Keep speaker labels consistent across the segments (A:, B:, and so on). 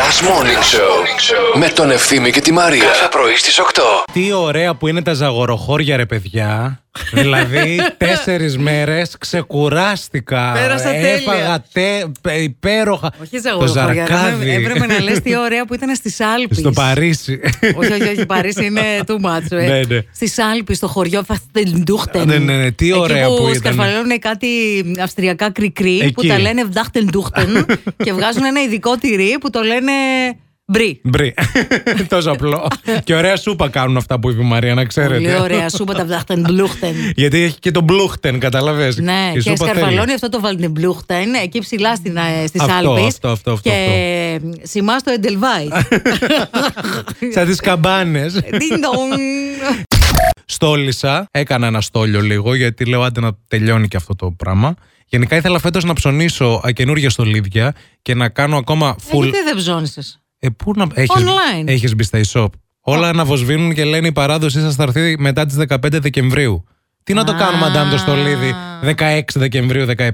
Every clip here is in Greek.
A: Last Morning Show με τον Ευθύμη και τη Μαρία. Κάθε πρωί στις 8.
B: Τι ωραία που είναι τα ζαγοροχώρια, ρε παιδιά. δηλαδή, τέσσερις μέρες ξεκουράστηκα.
C: Πέρασα τέλεια.
B: Έφαγα τε, πε- υπέροχα.
C: Όχι
B: το
C: ζαγοροχώρια.
B: ζαρκάδι.
C: Έπρεπε, έπρεπε να λες τι ωραία που ήταν στις Άλπεις.
B: Στο Παρίσι.
C: όχι, όχι, όχι, Παρίσι είναι too much. Ε.
B: Ναι, ναι.
C: Στις Άλπεις, στο χωριό Βαχτελντούχτεν.
B: Ναι, ναι, ναι, τι ωραία
C: Εκεί
B: που
C: που
B: ήταν.
C: σκαρφαλώνουν κάτι αυστριακά κρικρί που
B: Εκεί.
C: τα λένε Βαχτελντούχτεν και βγάζουν ένα ειδικό τυρί που το λένε μπρι.
B: Μπρι. Τόσο απλό. και ωραία σούπα κάνουν αυτά που είπε η Μαρία, να
C: Πολύ
B: ξέρετε.
C: ωραία σούπα τα Βαχτελντούχτεν.
B: Γιατί έχει και τον μπλούχτεν, καταλαβες.
C: Ναι,
B: Η
C: και
B: σούπα
C: σκαρφαλώνει
B: θέλει.
C: αυτό το Βαλντεμπλούχτεν εκεί ψηλά στην, ε, στις
B: Αυτό,
C: Άλπεις
B: αυτό, αυτό, αυτό,
C: και ε, σημά στο Εντελβάι.
B: Σαν τις καμπάνες.
C: Ding dong.
B: Στόλισα, έκανα ένα στόλιο λίγο γιατί λέω άντε να τελειώνει και αυτό το πράγμα. Γενικά ήθελα φέτος να ψωνίσω α, καινούργια στολίδια και να κάνω ακόμα full.
C: Ε, Γιατί δεν ψώνισες.
B: Ε, πού να... έχεις...
C: Online.
B: έχεις μπει στα e-shop. Όλα αναβοσβήνουν και λένε η παράδοσή σας θα έρθει μετά τις 15 Δεκεμβρίου. Τι να το
C: Α.
B: κάνουμε, Αντάμ, το στολίδι 16 Δεκεμβρίου, 17.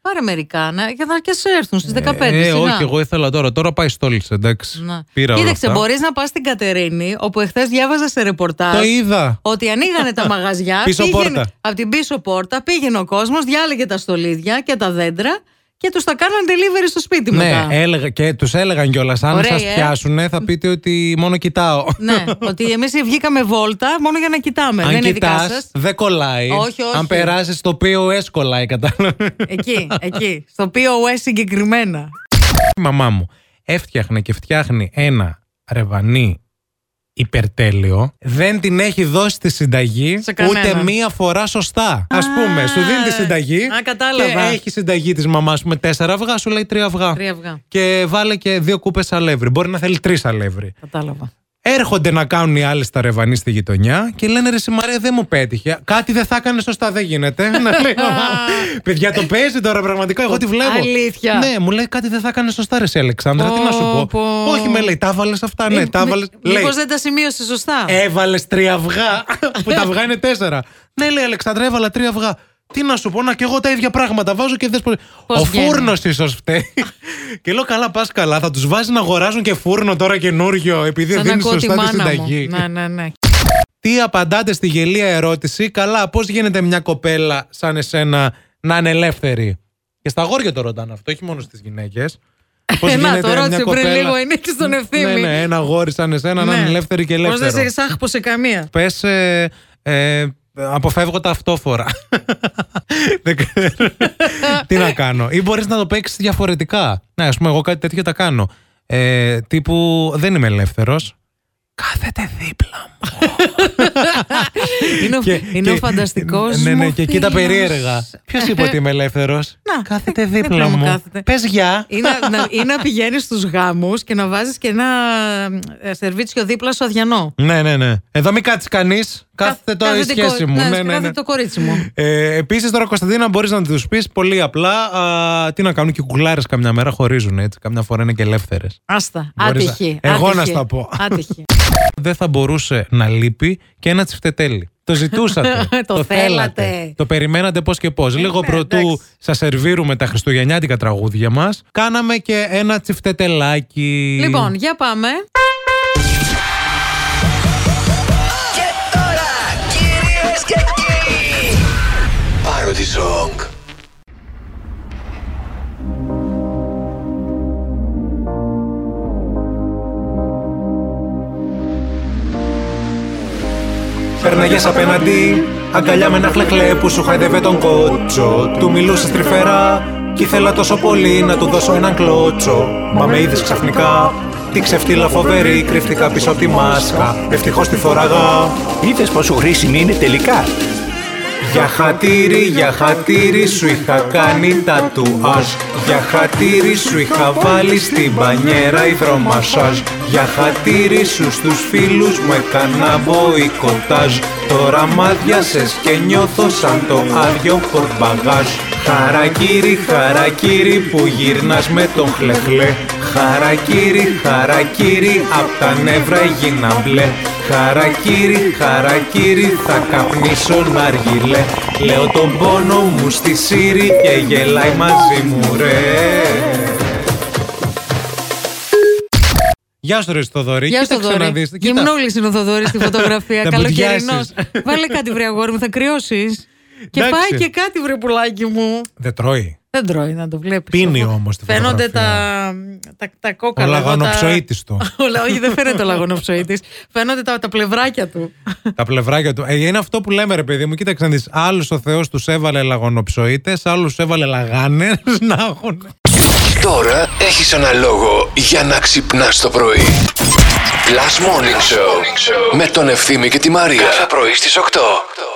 C: Πάρε μερικά να, για να και σε έρθουν στις 15.
B: ε,
C: σιγά.
B: όχι, εγώ ήθελα τώρα. Τώρα πάει στόλισε, εντάξει.
C: Να.
B: Πήρα όλα
C: Κοίταξε,
B: αυτά.
C: μπορείς να πας στην Κατερίνη, όπου εχθές διάβαζα σε ρεπορτάζ.
B: Το είδα.
C: Ότι ανοίγανε τα μαγαζιά.
B: Πίσω πόρτα.
C: Από την πίσω πόρτα πήγαινε ο κόσμος, διάλεγε τα στολίδια και τα δέντρα και τους τα κάναν delivery στο σπίτι
B: Ναι,
C: μετά.
B: έλεγα, και τους έλεγαν κιόλας. Αν
C: Ωραία,
B: σας
C: ε.
B: πιάσουνε, θα πείτε ότι μόνο κοιτάω.
C: Ναι, ότι εμείς βγήκαμε βόλτα μόνο για να κοιτάμε.
B: Αν
C: δεν είναι
B: κοιτάς,
C: δικά σας.
B: δεν κολλάει.
C: Όχι, όχι.
B: Αν περάσει το POS, κολλάει, κατάλαβες.
C: Εκεί, εκεί. Στο POS συγκεκριμένα.
B: Η μαμά μου έφτιαχνε και φτιάχνει ένα ρεβανί υπερτέλειο. Δεν την έχει δώσει τη συνταγή
C: Σε κανέναν.
B: ούτε μία φορά σωστά. Ας πούμε, σου δίνει τη συνταγή.
C: α, κατάλαβα.
B: Και έχει συνταγή της μαμάς σου με τέσσερα αυγά, σου λέει τρία αυγά.
C: Τρία αυγά.
B: Και βάλε και δύο κούπες αλεύρι. Μπορεί να θέλει τρεις αλεύρι.
C: Κατάλαβα.
B: Έρχονται να κάνουν οι άλλες τα ρεβανί στη γειτονιά και λένε ρε Σιμαρία δεν μου πέτυχε. Κάτι δεν θα έκανε σωστά, δεν γίνεται. να λέει, Παιδιά το παίζει τώρα πραγματικά, εγώ τη βλέπω.
C: Αλήθεια.
B: Ναι, μου λέει κάτι δεν θα έκανε σωστά, ρε εσύ, Αλεξάνδρα, τι να σου
C: Πω,
B: πω.
C: πω. Ε,
B: Όχι, με λέει, τα βάλες αυτά, ναι, τα βάλε. Λέει, Ε,
C: Μήπω δεν τα σημείωσε σωστά.
B: έβαλες τρία αυγά, που τα αυγά είναι τέσσερα. Ναι, λέει Αλεξάνδρα, έβαλα τρία αυγά. Τι να σου πω, να και εγώ τα ίδια πράγματα βάζω και δες πως...
C: Πώς
B: Ο
C: βγαίνει.
B: φούρνος ίσως φταίει. και λέω καλά, πας καλά. Θα τους βάζεις να αγοράζουν και φούρνο τώρα καινούριο, επειδή
C: Σαν να
B: δίνει
C: ακούω τη
B: σωστά τη
C: μάνα μου.
B: συνταγή.
C: Ναι, ναι, ναι.
B: Τι απαντάτε στη γελία ερώτηση, καλά, πώς γίνεται μια κοπέλα σαν εσένα να είναι ελεύθερη. Και στα αγόρια το ρωτάνε αυτό, όχι μόνο στις γυναίκες. Πώς
C: Ε, να, το ρώτησε πριν λίγο η Νίκη στον Ευθύμη.
B: Ναι, ναι, ένα αγόρι σαν εσένα να
C: Ναι.
B: είναι ελεύθερη και
C: Πώς δεν
B: ελεύθερο.
C: σε εξάχπωσε καμία.
B: Πες, ε, ε, αποφεύγω τα αυτόφορα. Δεν ξέρω. τι να κάνω. Ή μπορείς να το παίξεις διαφορετικά. Ναι, ας πούμε, εγώ κάτι τέτοιο τα κάνω. Ε, τύπου δεν είμαι ελεύθερος. Κάθεται δίπλα μου.
C: Είναι ο,
B: Και-
C: είναι ο
B: και-
C: φανταστικός.
B: Ναι, ναι, και κοίτα περίεργα. Ποιος είπε ότι είμαι ελεύθερος.
C: Να,
B: κάθεται
C: δίπλα
B: δίπλα
C: μου
B: μου.
C: κάθεται.
B: Πες γεια.
C: Ή να, να, ή να πηγαίνεις στους γάμους και να βάζεις και ένα ε, σερβίτσιο δίπλα στο αδιανό.
B: Ναι, ναι, ναι. Εδώ μην κάτσεις κανείς. Κάθεται
C: Κάθε-
B: τώρα η
C: κάθεται η
B: σχέση
C: κο-
B: μου.
C: ναι,
B: Ναι, ναι, ναι.
C: κάθεται το κορίτσι μου.
B: Ε, Επίσης, τώρα Κωνσταντίνα, μπορείς να τους πεις πολύ απλά α, τι να κάνουν και οι κουκλάρες καμιά μέρα χωρίζουν έτσι. Καμιά φορά είναι και ελεύθερες.
C: Άστα.
B: Μπορείς να-
C: Άτυχη.
B: Εγώ να
C: άτυχη,
B: στα πω.
C: Άτυχη.
B: Δεν θα μπορούσε να λείπει και ένα τσιφτετέλι. Το ζητούσατε.
C: Το θέλατε.
B: Το περιμένατε πώς και πώς. Λίγο
C: ναι,
B: πρωτού
C: εντάξει.
B: σας σερβίρουμε τα χριστουγεννιάτικα τραγούδια μας, κάναμε και ένα τσιφτετελάκι.
C: Λοιπόν, για πάμε.
D: Και τώρα, κυρίες και κύριοι,
A: Parody Song.
B: Φέρναγες απέναντι, αγκαλιά με ένα χλεχλέ που σου χαϊδεύε τον κότσο. Του μιλούσες τρυφερά, κι ήθελα τόσο πολύ να του δώσω έναν κλότσο. Μα με είδες ξαφνικά, τι ξεφτύλα φοβερή, κρύφτηκα πίσω από τη μάσκα. Ευτυχώς τη φοράγα.
E: Είδες πόσο χρήσιμη είναι τελικά.
B: Για χατήρι, για χατήρι σου είχα κάνει τατουάζ Για χατήρι σου είχα βάλει στην πανιέρα υδρομασάζ Για χατήρι σου στους φίλους μου έκανα μποϊκοτάζ Τώρα μάδιασες και νιώθω σαν το άδειο πορτμπαγάζ Χαρακύρι, χαρακύρι που γυρνάς με τον χλεχλέ Χαρακύρι, χαρακύρι απ' τα νεύρα έγινα μπλε Χαρακύρι, χαρακύρι, θα καπνίσω ναργιλέ Λέω τον πόνο μου στη σύρη και γελάει μαζί μου ρε Γεια σου, Ρε Θοδωρή.
C: Γεια σου,
B: Ε, Κοίταξε να
C: Θοδωρή.
B: δεις. Κοίτα.
C: Γυμνούλη είναι ο Θοδωρή στη φωτογραφία.
B: Να
C: Καλοκαιρινό.
B: μπουδιάσεις.
C: Βάλε κάτι βρε αγόρι μου, θα κρυώσεις. Και
B: Εντάξει.
C: πάει και κάτι βρε πουλάκι μου.
B: Δεν τρώει.
C: Δεν τρώει να το βλέπεις.
B: Πίνει όμως τη
C: Φαίνονται τα, τα, τα
B: Ο
C: κόκαλα. εγώ, τα-
B: λαγανοψοίτης του.
C: Όλα- Όχι, δεν φαίνεται ο λαγονοψοίτης. Φαίνονται τα, τα πλευράκια του.
B: τα πλευράκια του. Ε, είναι αυτό που λέμε, ρε παιδί μου. Κοίταξε να δεις. Άλλου ο Θεός τους έβαλε λαγονοψοίτες, άλλους έβαλε λαγάνες να έχουν.
A: Τώρα έχεις ένα λόγο για να ξυπνάς το πρωί. Last Morning Show με τον Ευθύμη και τη Μαρία. Κάθε πρωί στις 8.